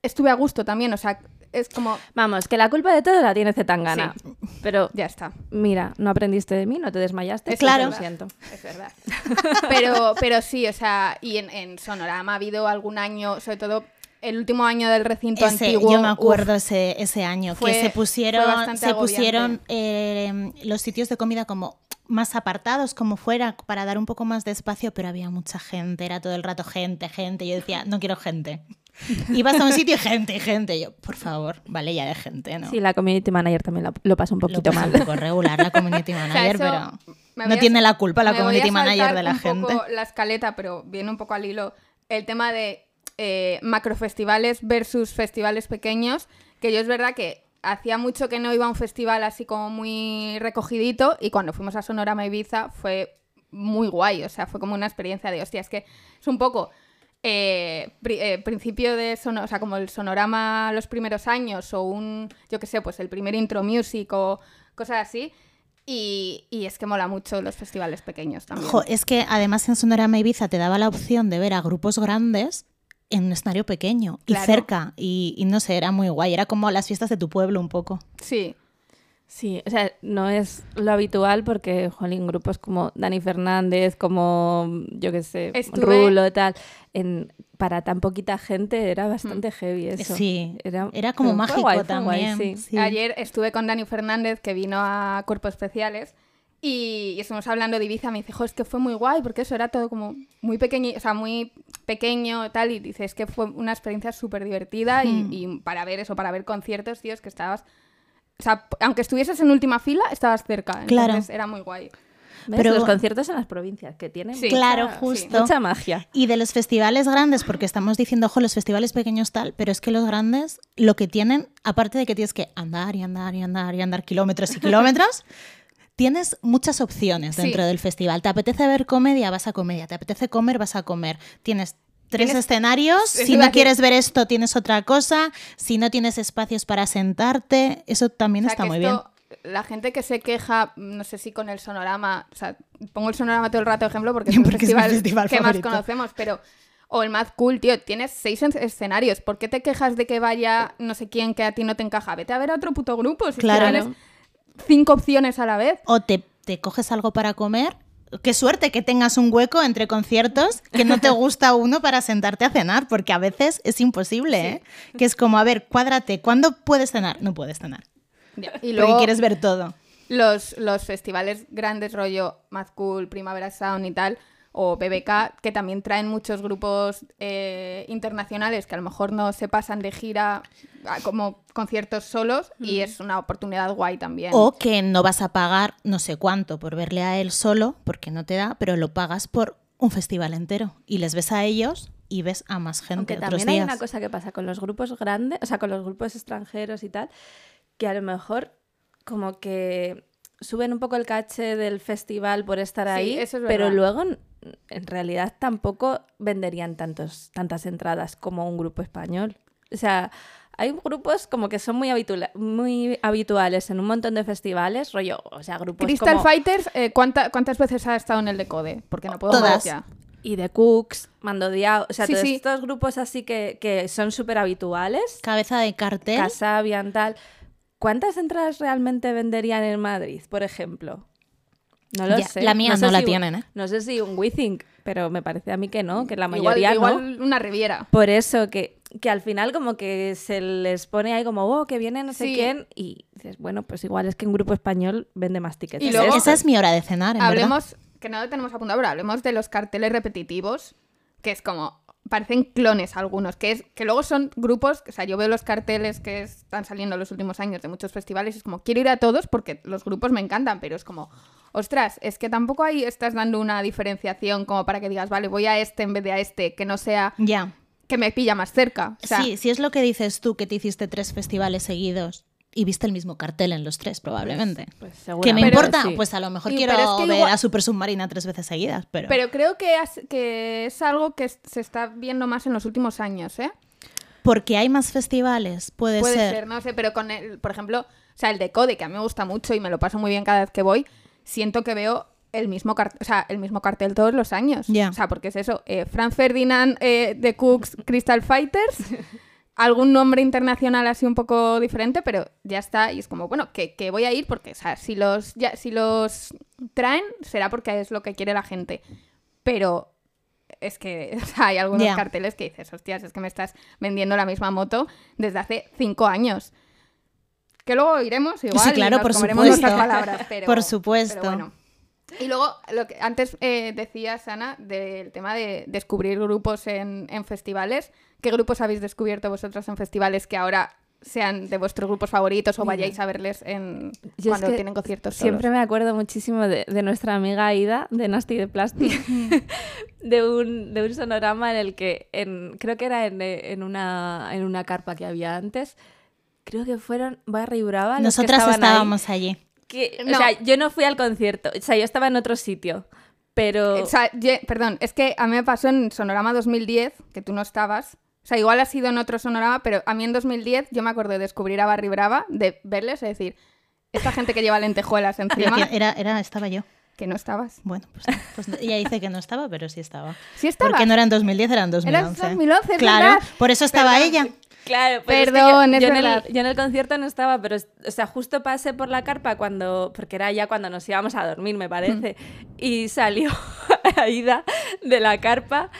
Speaker 2: estuve a gusto también, o sea, es como,
Speaker 4: Vamos, que la culpa de todo la tiene Zetangana. Pero
Speaker 2: ya está.
Speaker 4: mira, no aprendiste de mí, no te desmayaste.
Speaker 2: Es
Speaker 3: Eh,
Speaker 4: pues
Speaker 3: Claro.
Speaker 4: Lo siento.
Speaker 2: Es verdad. <laughs> Pero, pero sí, o sea, y en, en Sonorama ha habido algún año, sobre todo el último año del recinto
Speaker 3: Ese-
Speaker 2: antiguo.
Speaker 3: yo me acuerdo
Speaker 2: uf,
Speaker 3: ese, ese año
Speaker 2: Fue-
Speaker 3: que se
Speaker 2: fue
Speaker 3: pusieron,
Speaker 2: bastante
Speaker 3: se
Speaker 2: agobiante.
Speaker 3: pusieron eh, los sitios de comida como más apartados como fuera para dar un poco más de espacio, pero había mucha gente, era todo el rato gente, gente. Yo decía, no
Speaker 2: <laughs>
Speaker 3: quiero gente. Ibas a un sitio y gente, y gente. Yo, por favor, vale ya de gente, ¿no?
Speaker 4: Sí, la community manager también lo, lo pasa un
Speaker 3: Lo
Speaker 4: poquito
Speaker 3: pasa
Speaker 4: mal.
Speaker 3: un poco regular la community
Speaker 2: o sea,
Speaker 3: manager,
Speaker 2: eso
Speaker 3: pero
Speaker 2: me
Speaker 3: no
Speaker 2: voy a-
Speaker 3: tiene la culpa la
Speaker 2: me voy a
Speaker 3: community manager
Speaker 2: saltar
Speaker 3: de la
Speaker 2: un
Speaker 3: gente.
Speaker 2: poco la escaleta, pero viene un poco al hilo. El tema de eh, macrofestivales versus festivales pequeños, que yo es verdad que hacía mucho que no iba a un festival así como muy recogidito y cuando fuimos a Sonorama Ibiza fue muy guay, o sea, fue como una experiencia de hostia, es que es un poco eh, pri- eh, principio de sono- o sea, como el sonorama los primeros años o un, yo qué sé, pues el primer intro music o cosas así. Y, y es que mola mucho los festivales pequeños también.
Speaker 3: Jo, es que además en Sonorama Ibiza te daba la opción de ver a grupos grandes en un escenario pequeño y
Speaker 2: Claro.
Speaker 3: cerca. Y, y no sé, era muy guay. Era como las fiestas de tu pueblo un poco.
Speaker 2: Sí,
Speaker 4: Sí, o sea, no es lo habitual porque, jolín, grupos como Dani Fernández, como, yo qué sé,
Speaker 2: Estuve-
Speaker 4: Rulo, tal, en, para tan poquita gente era bastante heavy eso.
Speaker 3: Mm. Eh, Sí, era como
Speaker 4: pero fue
Speaker 3: mágico
Speaker 4: guay, fue guay,
Speaker 3: también.
Speaker 4: sí.
Speaker 3: sí.
Speaker 2: Ayer estuve con Dani Fernández, que vino a Cuerpos Especiales, y, y estuvimos hablando de Ibiza. Me dice, jo, es que fue muy guay, porque eso era todo como muy pequeño, o sea, muy pequeño tal. Y dice, es que fue una experiencia súper divertida y,
Speaker 3: Hmm.
Speaker 2: y para ver eso, para ver conciertos, tíos, que estabas. O sea, p- aunque estuvieses en última fila, estabas cerca.
Speaker 3: Claro.
Speaker 2: Entonces era muy guay.
Speaker 4: ¿Ves?
Speaker 3: Pero-
Speaker 4: Los conciertos en las provincias, que tienen
Speaker 2: Sí.
Speaker 4: mucha-
Speaker 3: Claro,
Speaker 2: sí.
Speaker 3: justo.
Speaker 4: mucha magia.
Speaker 3: Y de los festivales grandes, porque estamos diciendo, ojo, los festivales pequeños tal, pero es que los grandes lo que tienen, aparte de que tienes que andar y andar y andar y andar kilómetros y
Speaker 2: <laughs>
Speaker 3: kilómetros, tienes muchas opciones
Speaker 2: Sí.
Speaker 3: dentro del festival. ¿Te apetece ver comedia? Vas a comedia. ¿Te apetece comer? Vas a comer. Tienes tres
Speaker 2: Tienes-
Speaker 3: escenarios.
Speaker 2: Eso
Speaker 3: Si
Speaker 2: iba a
Speaker 3: no
Speaker 2: decir.
Speaker 3: quieres ver esto, tienes otra cosa. Si no tienes espacios para sentarte, eso también
Speaker 2: O sea,
Speaker 3: está
Speaker 2: que
Speaker 3: muy bien.
Speaker 2: esto, La gente que se queja, no sé si con el sonorama, o sea, pongo el sonorama todo el rato de ejemplo porque es el
Speaker 3: <laughs> Porque es mi
Speaker 2: festival,
Speaker 3: festival
Speaker 2: que
Speaker 3: favorito.
Speaker 2: más conocemos, pero. O el Mad Cool, tío, tienes seis en- escenarios. ¿Por qué te quejas de que vaya no sé quién que a ti no te encaja? Vete a ver a otro puto grupo. Si es que
Speaker 3: Claro.
Speaker 2: tienes cinco opciones a la vez.
Speaker 3: o te, te coges algo para comer. Qué suerte que tengas un hueco entre conciertos que no te gusta uno para sentarte a cenar, porque a veces es imposible, ¿eh? Que es como, a ver, cuádrate, ¿cuándo puedes cenar? No puedes cenar,
Speaker 2: Ya, Y
Speaker 3: porque
Speaker 2: luego
Speaker 3: quieres ver todo.
Speaker 2: los, los festivales grandes, rollo Mad Cool, Primavera Sound y tal, o BBK, que también traen muchos grupos eh, internacionales que a lo mejor no se pasan de gira a como conciertos solos y es una oportunidad guay también.
Speaker 3: O que no vas a pagar no sé cuánto por verle a él solo, porque no te da, pero lo pagas por un festival entero y les ves a ellos y ves a más gente
Speaker 4: Aunque
Speaker 3: otros
Speaker 4: también hay
Speaker 3: días.
Speaker 4: una cosa que pasa con los grupos grandes, o sea, con los grupos extranjeros y tal, que a lo mejor como que suben un poco el caché del festival por estar
Speaker 2: Sí,
Speaker 4: ahí,
Speaker 2: eso es
Speaker 4: pero
Speaker 2: verdad.
Speaker 4: luego n- en realidad tampoco venderían tantos, tantas entradas como un grupo español. O sea, hay grupos como que son muy, habitula- muy habituales en un montón de festivales, rollo, o sea, grupos
Speaker 2: Crystal
Speaker 4: como
Speaker 2: Fighters, eh, ¿cuánta- ¿cuántas veces ha estado en el decode? Porque no puedo más
Speaker 3: Todas.
Speaker 2: ya.
Speaker 4: y The Cooks, Mando Diao, o sea,
Speaker 2: Sí,
Speaker 4: todos
Speaker 2: sí.
Speaker 4: estos grupos así que, que son súper habituales,
Speaker 3: Cabeza de cartel.
Speaker 4: Casabian, tal. ¿Cuántas entradas realmente venderían en Madrid, por ejemplo? No lo
Speaker 3: Ya,
Speaker 4: sé.
Speaker 3: la mía
Speaker 4: sé
Speaker 3: no la
Speaker 4: si-
Speaker 3: tienen, ¿eh?
Speaker 4: No sé si un Withink, pero me parece a mí que no, que la
Speaker 2: Igual-
Speaker 4: mayoría
Speaker 2: igual,
Speaker 4: no.
Speaker 2: una Riviera.
Speaker 4: Por eso que, que al final como que se les pone ahí como, oh, que viene no sé
Speaker 2: Sí.
Speaker 4: quién, y dices, bueno, pues igual es que un grupo español vende más tickets.
Speaker 2: Y
Speaker 4: Es-
Speaker 2: luego-
Speaker 3: Esa es mi hora de cenar, en verdad.
Speaker 2: Hablemos, que no lo tenemos apuntado, pero hablemos de los carteles repetitivos, que es como, parecen clones algunos, que es que luego son grupos, o sea, yo veo los carteles que están saliendo en los últimos años de muchos festivales, y es como, quiero ir a todos porque los grupos me encantan, pero es como, ostras, es que tampoco ahí estás dando una diferenciación como para que digas, vale, voy a este en vez de a este, que no sea,
Speaker 3: Ya.
Speaker 2: que me pilla más cerca. O sea,
Speaker 3: sí, si es lo que dices tú, que te hiciste tres festivales seguidos y viste el mismo cartel en los tres, probablemente.
Speaker 4: pues
Speaker 3: ¿Qué me
Speaker 4: seguramente
Speaker 3: importa?
Speaker 4: sí.
Speaker 3: Pues a lo mejor
Speaker 2: Y-
Speaker 3: quiero
Speaker 2: pero es que
Speaker 3: ver
Speaker 2: igual-
Speaker 3: a Super Submarina tres veces seguidas, pero...
Speaker 2: pero creo que, has- que es algo que es- se está viendo más en los últimos años, ¿eh?
Speaker 3: Porque hay más festivales, puede,
Speaker 2: Puede
Speaker 3: ser.
Speaker 2: ser. no sé, pero con el, por ejemplo, o sea, el de Code, que a mí me gusta mucho y me lo paso muy bien cada vez que voy, siento que veo el mismo cartel, o sea, el mismo cartel todos los años.
Speaker 3: Ya.
Speaker 2: O sea, porque es eso, eh, Franz Ferdinand, eh, The Cooks, Crystal
Speaker 3: <laughs>
Speaker 2: Fighters, algún nombre internacional así un poco diferente, pero ya está, y es como, bueno, que, que voy a ir porque, o sea, si los, ya, si los traen, será porque es lo que quiere la gente. Pero es que <laughs> o sea, hay algunos
Speaker 3: Ya.
Speaker 2: carteles que dices, hostias, es que me estás vendiendo la misma moto desde hace cinco años. Que luego iremos igual
Speaker 3: Sí, claro,
Speaker 2: y nos
Speaker 3: por
Speaker 2: comeremos
Speaker 3: supuesto.
Speaker 2: nuestras
Speaker 3: <laughs>
Speaker 2: palabras, pero-
Speaker 3: Por supuesto.
Speaker 2: pero bueno. Y luego, lo que antes eh, decías, Ana, del tema de descubrir grupos en, en festivales. ¿Qué grupos habéis descubierto vosotros en festivales que ahora sean de vuestros grupos favoritos o vayáis a verles en,
Speaker 4: Yo es
Speaker 2: cuando
Speaker 4: que
Speaker 2: tienen conciertos solos?
Speaker 4: Siempre me acuerdo muchísimo de, de nuestra amiga Ida, de Nasty de Plastic, <laughs> de, un, de un sonorama en el que, en, creo que era en, eh, en una, en una carpa que había antes, creo que fueron Barry y Brava. los que
Speaker 3: Nosotras
Speaker 4: estaban ahí.
Speaker 3: estábamos allí.
Speaker 2: <laughs>
Speaker 4: Que- O
Speaker 2: No.
Speaker 4: sea, yo no fui al concierto, o sea, yo estaba en otro sitio, pero...
Speaker 2: O sea, ye- perdón, es que a mí me pasó en Sonorama 2010, que tú no estabas. O sea, igual ha sido en otro Sonorama, pero a mí en 2010 yo me acuerdo de descubrir a Barry Brava, de verles y decir, esta gente que lleva
Speaker 3: <laughs>
Speaker 2: lentejuelas
Speaker 3: Creo
Speaker 2: encima,
Speaker 3: que era, era, estaba yo.
Speaker 2: que no estabas.
Speaker 3: Bueno, pues, no, pues no. ella dice que no estaba, pero sí estaba.
Speaker 2: Sí estabas.
Speaker 3: Porque no eran 2010, eran 2011.
Speaker 2: 2011, es
Speaker 3: claro,
Speaker 2: verdad.
Speaker 3: por eso estaba
Speaker 2: Perdón.
Speaker 3: ella.
Speaker 4: Claro, pero es que
Speaker 2: Perdón, es
Speaker 4: yo, yo en
Speaker 2: verdad.
Speaker 4: el, yo en el concierto no estaba, pero, es- o sea, justo pasé por la carpa cuando, porque era ya cuando nos íbamos a dormir, me parece, y salió <laughs> Aida de la carpa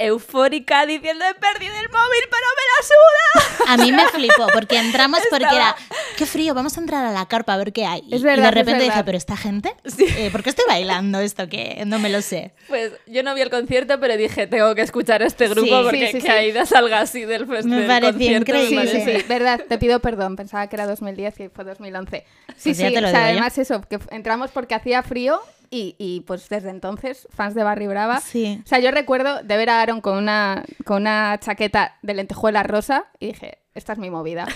Speaker 4: eufórica diciendo he perdido el móvil, pero me la suda.
Speaker 3: A mí me flipó,
Speaker 2: <laughs>
Speaker 3: porque entramos porque
Speaker 4: Estaba-
Speaker 3: era, qué frío, vamos a entrar a la carpa a ver qué hay. Y,
Speaker 2: Es
Speaker 3: y
Speaker 2: verdad,
Speaker 3: de
Speaker 2: es
Speaker 3: repente dije,
Speaker 2: verdad.
Speaker 3: pero esta gente, Eh, ¿por qué estoy bailando esto? Que no me lo sé.
Speaker 4: Pues yo no vi el concierto, pero dije, tengo que escuchar a este grupo
Speaker 3: Sí,
Speaker 2: sí,
Speaker 4: porque
Speaker 2: sí,
Speaker 4: que
Speaker 2: sí.
Speaker 4: Aida salga así del festival.
Speaker 3: Me pareció increíble.
Speaker 2: Sí,
Speaker 3: me
Speaker 2: sí,
Speaker 3: parece.
Speaker 2: sí, verdad, te pido perdón, pensaba que era 2010 y fue 2011. Sí,
Speaker 3: Pues ya
Speaker 2: sí,
Speaker 3: te lo
Speaker 2: o sea,
Speaker 3: digo yo.
Speaker 2: además eso, que f- entramos porque hacía frío y, y, pues desde entonces, fans de Barry Brava.
Speaker 3: Sí.
Speaker 2: O sea, yo recuerdo de ver a Aaron con una, con una chaqueta de lentejuela rosa y dije, esta es mi
Speaker 3: <laughs>
Speaker 2: movida.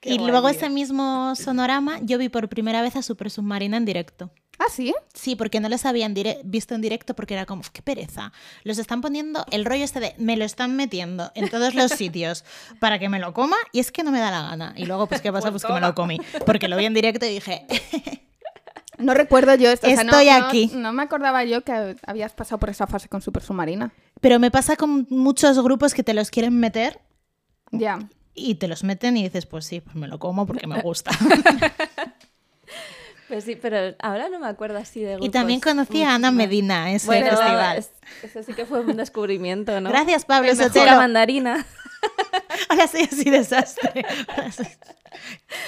Speaker 2: Qué
Speaker 3: Y
Speaker 2: guay,
Speaker 3: luego
Speaker 2: tío.
Speaker 3: ese mismo sonorama, yo vi por primera vez a Super Submarina en directo.
Speaker 2: ¿Ah, sí?
Speaker 3: Sí, porque no los habían dire- visto en directo porque era como, qué pereza. Los están poniendo, el rollo este de, me lo están metiendo en todos los sitios para que me lo coma y es que no me da la gana. Y luego, pues, ¿qué pasa? Pues, que me lo comí. Porque lo vi en directo y dije,
Speaker 2: No recuerdo yo esto. o sea, no-
Speaker 3: Estoy
Speaker 2: no-
Speaker 3: aquí.
Speaker 2: No, me acordaba yo que habías pasado por esa fase con Super Submarina.
Speaker 3: pero me pasa con muchos grupos que te los quieren meter Mm.
Speaker 2: Ya.
Speaker 3: y te los meten y dices, pues sí, pues me lo como porque me
Speaker 4: <laughs>
Speaker 3: gusta.
Speaker 4: Pues sí, pero ahora no me acuerdo así de grupos.
Speaker 3: y también conocí a Ana
Speaker 4: Medina
Speaker 3: Medina, ¿eh? ese
Speaker 4: pues, Bueno,
Speaker 3: festival.
Speaker 4: es- eso sí que fue un descubrimiento, ¿no?
Speaker 3: Gracias, Pablo
Speaker 4: El mejor
Speaker 3: Sotelo.
Speaker 4: mandarina.
Speaker 3: <laughs> Ahora soy así desastre. <laughs> Ahora soy-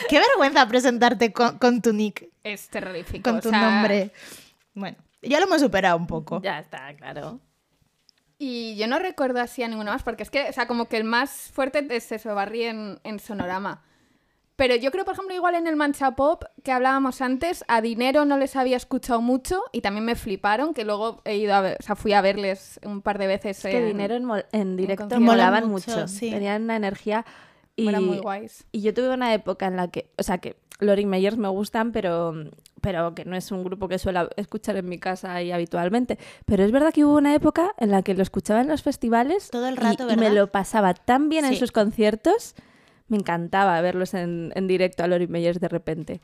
Speaker 3: Qué vergüenza presentarte con, con tu nick,
Speaker 2: Es terrorífico.
Speaker 3: con
Speaker 2: o
Speaker 3: tu
Speaker 2: sea,
Speaker 3: nombre. Bueno, ya lo hemos superado un poco.
Speaker 4: Ya está, claro.
Speaker 2: Y yo no recuerdo así a ninguno más, porque es que, o sea, como que el más fuerte es eso, Barry en, en Sonorama. Pero yo creo, por ejemplo, igual en el Mancha Pop que hablábamos antes, a Dinero no les había escuchado mucho y también me fliparon, que luego he ido a ver, o sea, fui a verles un par de veces.
Speaker 4: Es que
Speaker 2: en-
Speaker 4: Este dinero en, mol- en directo
Speaker 2: concierto.
Speaker 4: molaban
Speaker 3: Molan mucho,
Speaker 4: mucho.
Speaker 3: sí.
Speaker 4: Tenían una energía Y,
Speaker 2: Eran muy guays.
Speaker 4: y yo tuve una época en la que, o sea, que Loring Meyers me gustan, pero, pero que no es un grupo que suelo escuchar en mi casa ahí habitualmente. Pero es verdad que hubo una época en la que lo escuchaba en los festivales.
Speaker 3: Todo el
Speaker 4: y-
Speaker 3: rato,
Speaker 4: y, me
Speaker 3: ¿verdad?
Speaker 4: lo pasaba tan bien en
Speaker 3: Sí.
Speaker 4: sus conciertos. Me encantaba verlos en, en directo a Loring Meyers de repente.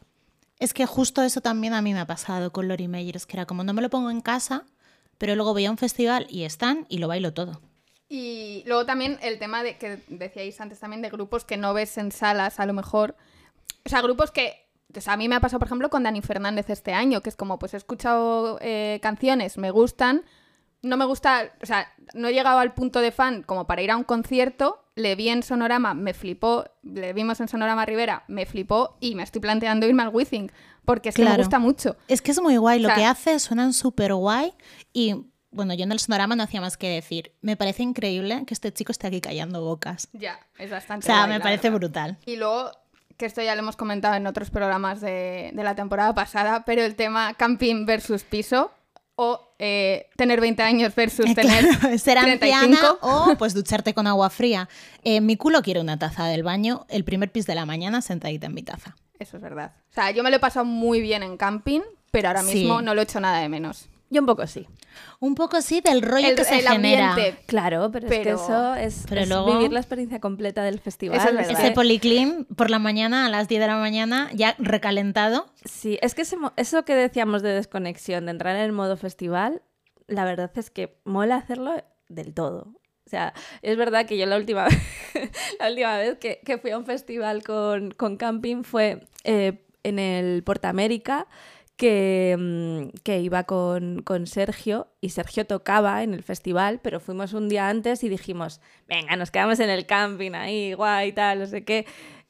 Speaker 3: Es que justo eso también a mí me ha pasado con Lori Meyer, es que era como no me lo pongo en casa, pero luego voy a un festival y están y lo bailo todo.
Speaker 2: Y luego también el tema de que decíais antes también de grupos que no ves en salas, a lo mejor. O sea, grupos que. O sea, a mí me ha pasado, por ejemplo, con Dani Fernández este año, que es como, pues he escuchado eh, canciones, me gustan, no me gusta, o sea, no he llegado al punto de fan como para ir a un concierto, le vi en Sonorama, me flipó, le vimos en Sonorama Rivera, me flipó y me estoy planteando irme al Withing, porque es que me
Speaker 3: Claro.
Speaker 2: gusta mucho.
Speaker 3: Es que es muy guay, lo
Speaker 2: O sea-
Speaker 3: que hace suenan súper guay y bueno, yo en el sonorama no hacía más que decir, me parece increíble que este chico esté aquí callando bocas.
Speaker 2: Ya, es
Speaker 3: O
Speaker 2: bastante.
Speaker 3: sea,
Speaker 2: guay,
Speaker 3: me
Speaker 2: la
Speaker 3: parece
Speaker 2: verdad.
Speaker 3: brutal.
Speaker 2: Y luego, que esto ya lo hemos comentado en otros programas de, de la temporada pasada, pero el tema camping versus piso o eh, tener 20 años versus
Speaker 3: Eh,
Speaker 2: tener
Speaker 3: claro, <laughs>
Speaker 2: 35.
Speaker 3: ser anciana o pues ducharte con agua fría. Eh, mi culo quiere una taza del baño, el primer pis de la mañana sentadita en mi taza.
Speaker 2: Eso es verdad. O sea, yo me lo he pasado muy bien en camping, pero ahora
Speaker 3: Sí.
Speaker 2: mismo no lo he hecho nada de menos.
Speaker 4: Yo un poco sí.
Speaker 3: Un poco sí del rollo
Speaker 2: El-
Speaker 3: que se
Speaker 2: el
Speaker 3: genera.
Speaker 2: ambiente.
Speaker 4: Claro, pero, es que
Speaker 2: Pero-
Speaker 4: eso es,
Speaker 3: Pero
Speaker 4: es
Speaker 3: luego-
Speaker 4: vivir la experiencia completa del festival.
Speaker 2: Eso es
Speaker 4: ¿verdad?
Speaker 3: Ese policlin por la mañana a las 10 de la mañana ya recalentado.
Speaker 4: Sí, es que ese mo- eso que decíamos de desconexión, de entrar en el modo festival, la verdad es que mola hacerlo del todo. O sea, es verdad que yo la última <laughs> vez, la última vez que, que fui a un festival con, con camping fue eh, en el Portamérica, que, mm, que iba con, con Sergio y Sergio tocaba en el festival, pero fuimos un día antes y dijimos, venga, nos quedamos en el camping ahí, guay, tal, no sé qué.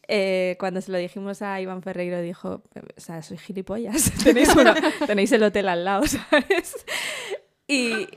Speaker 4: Eh, cuando se lo dijimos a Iván Ferreiro dijo, o sea, soy gilipollas, <laughs> tenéis, uno- tenéis el hotel al lado, <laughs> ¿sabes? Y,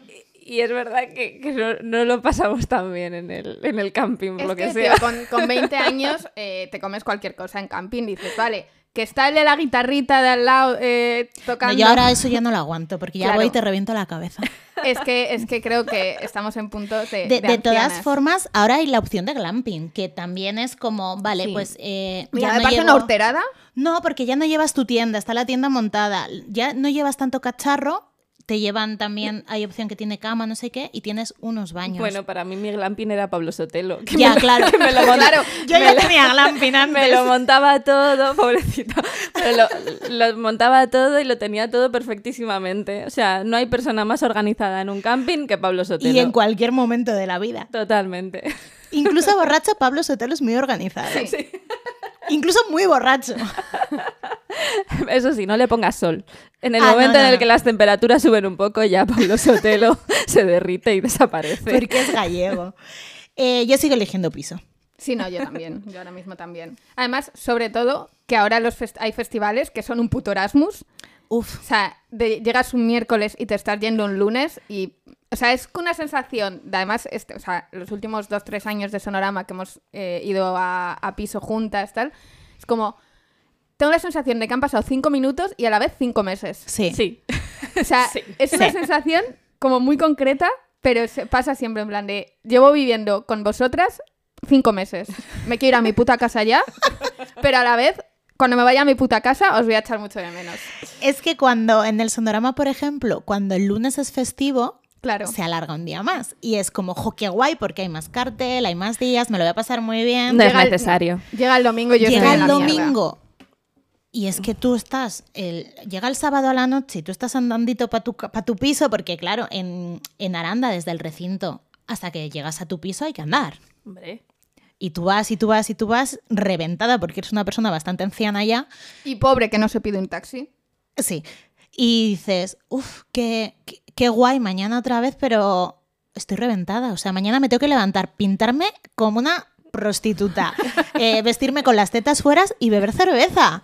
Speaker 4: y es verdad que, que no, no lo pasamos tan bien en el, en el camping, por
Speaker 2: Es
Speaker 4: lo que,
Speaker 2: que,
Speaker 4: sea.
Speaker 2: tío, con, con 20 años eh, te comes cualquier cosa en camping y dices, vale, que está el de la guitarrita de al lado eh,
Speaker 3: No,
Speaker 2: tocando.
Speaker 3: yo ahora eso ya no lo aguanto porque ya
Speaker 2: Claro.
Speaker 3: voy y te reviento la cabeza.
Speaker 2: es, que, es que creo que estamos en puntos de.
Speaker 3: De, de todas
Speaker 2: ancianas.
Speaker 3: formas, ahora hay la opción de glamping, que también es como, vale,
Speaker 2: Sí.
Speaker 3: pues... eh,
Speaker 2: Mira,
Speaker 3: ya
Speaker 2: me
Speaker 3: no
Speaker 2: parece
Speaker 3: llevo-
Speaker 2: una horterada.
Speaker 3: No, porque ya no llevas tu tienda, está la tienda montada. Ya no llevas tanto cacharro, te llevan también, hay opción que tiene cama, no sé qué, y tienes unos baños.
Speaker 4: Bueno, para mí mi glamping era Pablo Sotelo. que
Speaker 3: ya,
Speaker 4: me lo-
Speaker 3: claro.
Speaker 4: que me lo mont-
Speaker 2: Claro,
Speaker 3: yo
Speaker 4: me
Speaker 3: ya
Speaker 4: lo-
Speaker 3: tenía glamping antes.
Speaker 4: <laughs> Me lo montaba todo, pobrecito. Pero lo, lo montaba todo y lo tenía todo perfectísimamente. O sea, no hay persona más organizada en un camping que Pablo Sotelo.
Speaker 3: Y en cualquier momento de la vida.
Speaker 4: Totalmente. <laughs>
Speaker 3: Incluso borracho, Pablo Sotelo es muy organizado.
Speaker 2: Sí.
Speaker 3: Incluso muy borracho.
Speaker 4: <laughs> Eso sí, no le pongas sol. En el
Speaker 3: Ah, no,
Speaker 4: momento
Speaker 3: no,
Speaker 4: en el
Speaker 3: no.
Speaker 4: que las temperaturas suben un poco, ya Pablo Sotelo <laughs> se derrite y desaparece.
Speaker 3: Porque es gallego. Eh, yo sigo eligiendo piso.
Speaker 2: Sí, no, yo también. Yo ahora mismo también. Además, sobre todo, que ahora los fest- hay festivales que son un puto Erasmus.
Speaker 3: Uf.
Speaker 2: O sea, de- llegas un miércoles y te estás yendo un lunes y... O sea, es una sensación... de- además, este, o sea, los últimos dos, tres años de Sonorama que hemos eh, ido a, a piso juntas, tal, es como... Tengo la sensación de que han pasado cinco minutos y a la vez cinco meses.
Speaker 3: Sí.
Speaker 4: Sí.
Speaker 2: <laughs> O sea,
Speaker 4: Sí.
Speaker 2: es una
Speaker 3: Sí.
Speaker 2: sensación como muy concreta, pero se- pasa siempre en plan de, llevo viviendo con vosotras cinco meses. Me quiero ir a mi puta casa
Speaker 3: <laughs>
Speaker 2: ya, pero a la vez, cuando me vaya a mi puta casa, os voy a echar mucho de menos.
Speaker 3: Es que cuando en el sonorama, por ejemplo, cuando el lunes es festivo,
Speaker 2: Claro.
Speaker 3: se alarga un día más. Y es como, jo, qué guay, porque hay más cartel, hay más días, me lo voy a pasar muy bien.
Speaker 4: No es
Speaker 2: Llega el-
Speaker 4: necesario.
Speaker 2: Llega el domingo y yo estoy
Speaker 3: llega
Speaker 2: en
Speaker 3: el
Speaker 2: la mierda.
Speaker 3: domingo. Y es que tú estás, el, llega el sábado a la noche y tú estás andandito para tu, ca- pa tu piso, porque claro, en, en Aranda, desde el recinto hasta que llegas a tu piso hay que andar.
Speaker 4: Hombre.
Speaker 3: Y tú vas, y tú vas, y tú vas reventada, porque eres una persona bastante anciana ya.
Speaker 2: Y pobre que no se pide un taxi.
Speaker 3: Sí. Y dices, uff, qué, qué, qué guay, mañana otra vez, pero estoy reventada. O sea, mañana me tengo que levantar, pintarme como una
Speaker 2: <laughs>
Speaker 3: prostituta, eh, vestirme con las tetas fueras y beber cerveza.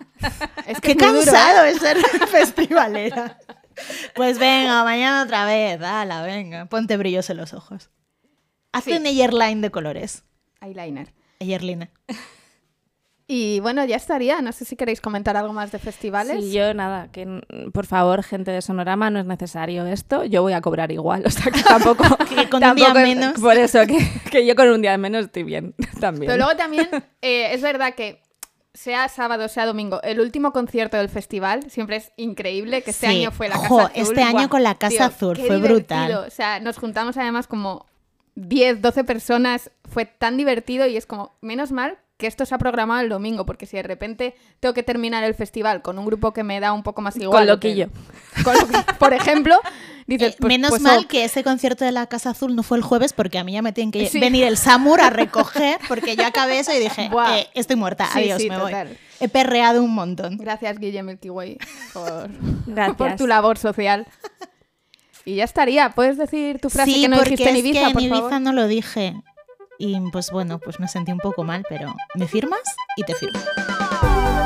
Speaker 2: Es que
Speaker 3: Ah, Qué
Speaker 2: es muy duro, ¿eh?
Speaker 3: cansado es ser <laughs> festivalera. Pues venga, mañana otra vez, ala, venga, ponte brillos en los ojos. Hazte
Speaker 2: Sí.
Speaker 3: un airline de colores.
Speaker 2: Eyeliner.
Speaker 3: Eyerline.
Speaker 2: Y bueno, ya estaría. No sé si queréis comentar algo más de festivales.
Speaker 4: Sí, yo nada, que n- por favor, gente de Sonorama, no es necesario esto. Yo voy a cobrar igual, o sea que <laughs> tampoco.
Speaker 2: <laughs>
Speaker 3: Que con un día
Speaker 4: tampoco es-
Speaker 3: menos.
Speaker 4: Por eso, que, que yo con un día menos estoy bien <laughs> también.
Speaker 2: Pero luego también eh, es verdad que sea sábado, sea domingo, el último concierto del festival siempre es increíble, que este
Speaker 3: Sí.
Speaker 2: año fue la Casa
Speaker 3: Jo,
Speaker 2: Azul.
Speaker 3: este año
Speaker 2: Buah,
Speaker 3: con la Casa
Speaker 2: tío,
Speaker 3: Azul,
Speaker 2: qué
Speaker 3: fue brutal.
Speaker 2: divertido. O sea, nos juntamos además como 10, 12 personas, fue tan divertido y es como, menos mal que esto se ha programado el domingo, porque si de repente tengo que terminar el festival con un grupo que me da un poco más igual...
Speaker 4: Con
Speaker 2: o que-
Speaker 4: loquillo.
Speaker 2: con loquillo, por ejemplo, dices...
Speaker 3: <laughs> Eh,
Speaker 2: pues-
Speaker 3: menos
Speaker 2: pues,
Speaker 3: mal
Speaker 2: oh,
Speaker 3: que ese concierto de la Casa Azul no fue el jueves porque a mí ya me tienen que
Speaker 2: Sí.
Speaker 3: venir el Samur
Speaker 2: <laughs>
Speaker 3: a recoger porque yo acabé eso y dije,
Speaker 2: Buah.
Speaker 3: eh, estoy muerta,
Speaker 2: Sí,
Speaker 3: adiós,
Speaker 2: sí,
Speaker 3: me
Speaker 2: total.
Speaker 3: voy. He perreado un montón.
Speaker 2: Gracias, Guille Milky Way, por,
Speaker 4: Gracias.
Speaker 2: por tu labor social. Y ya estaría. ¿Puedes decir tu frase
Speaker 3: sí,
Speaker 2: que no
Speaker 3: porque
Speaker 2: dijiste en
Speaker 3: es
Speaker 2: Ibiza,
Speaker 3: que en
Speaker 2: por
Speaker 3: Ibiza
Speaker 2: favor?
Speaker 3: no lo dije. Y pues bueno, pues me sentí un poco mal, pero ¿me firmas? Y te firmo.
Speaker 5: Thank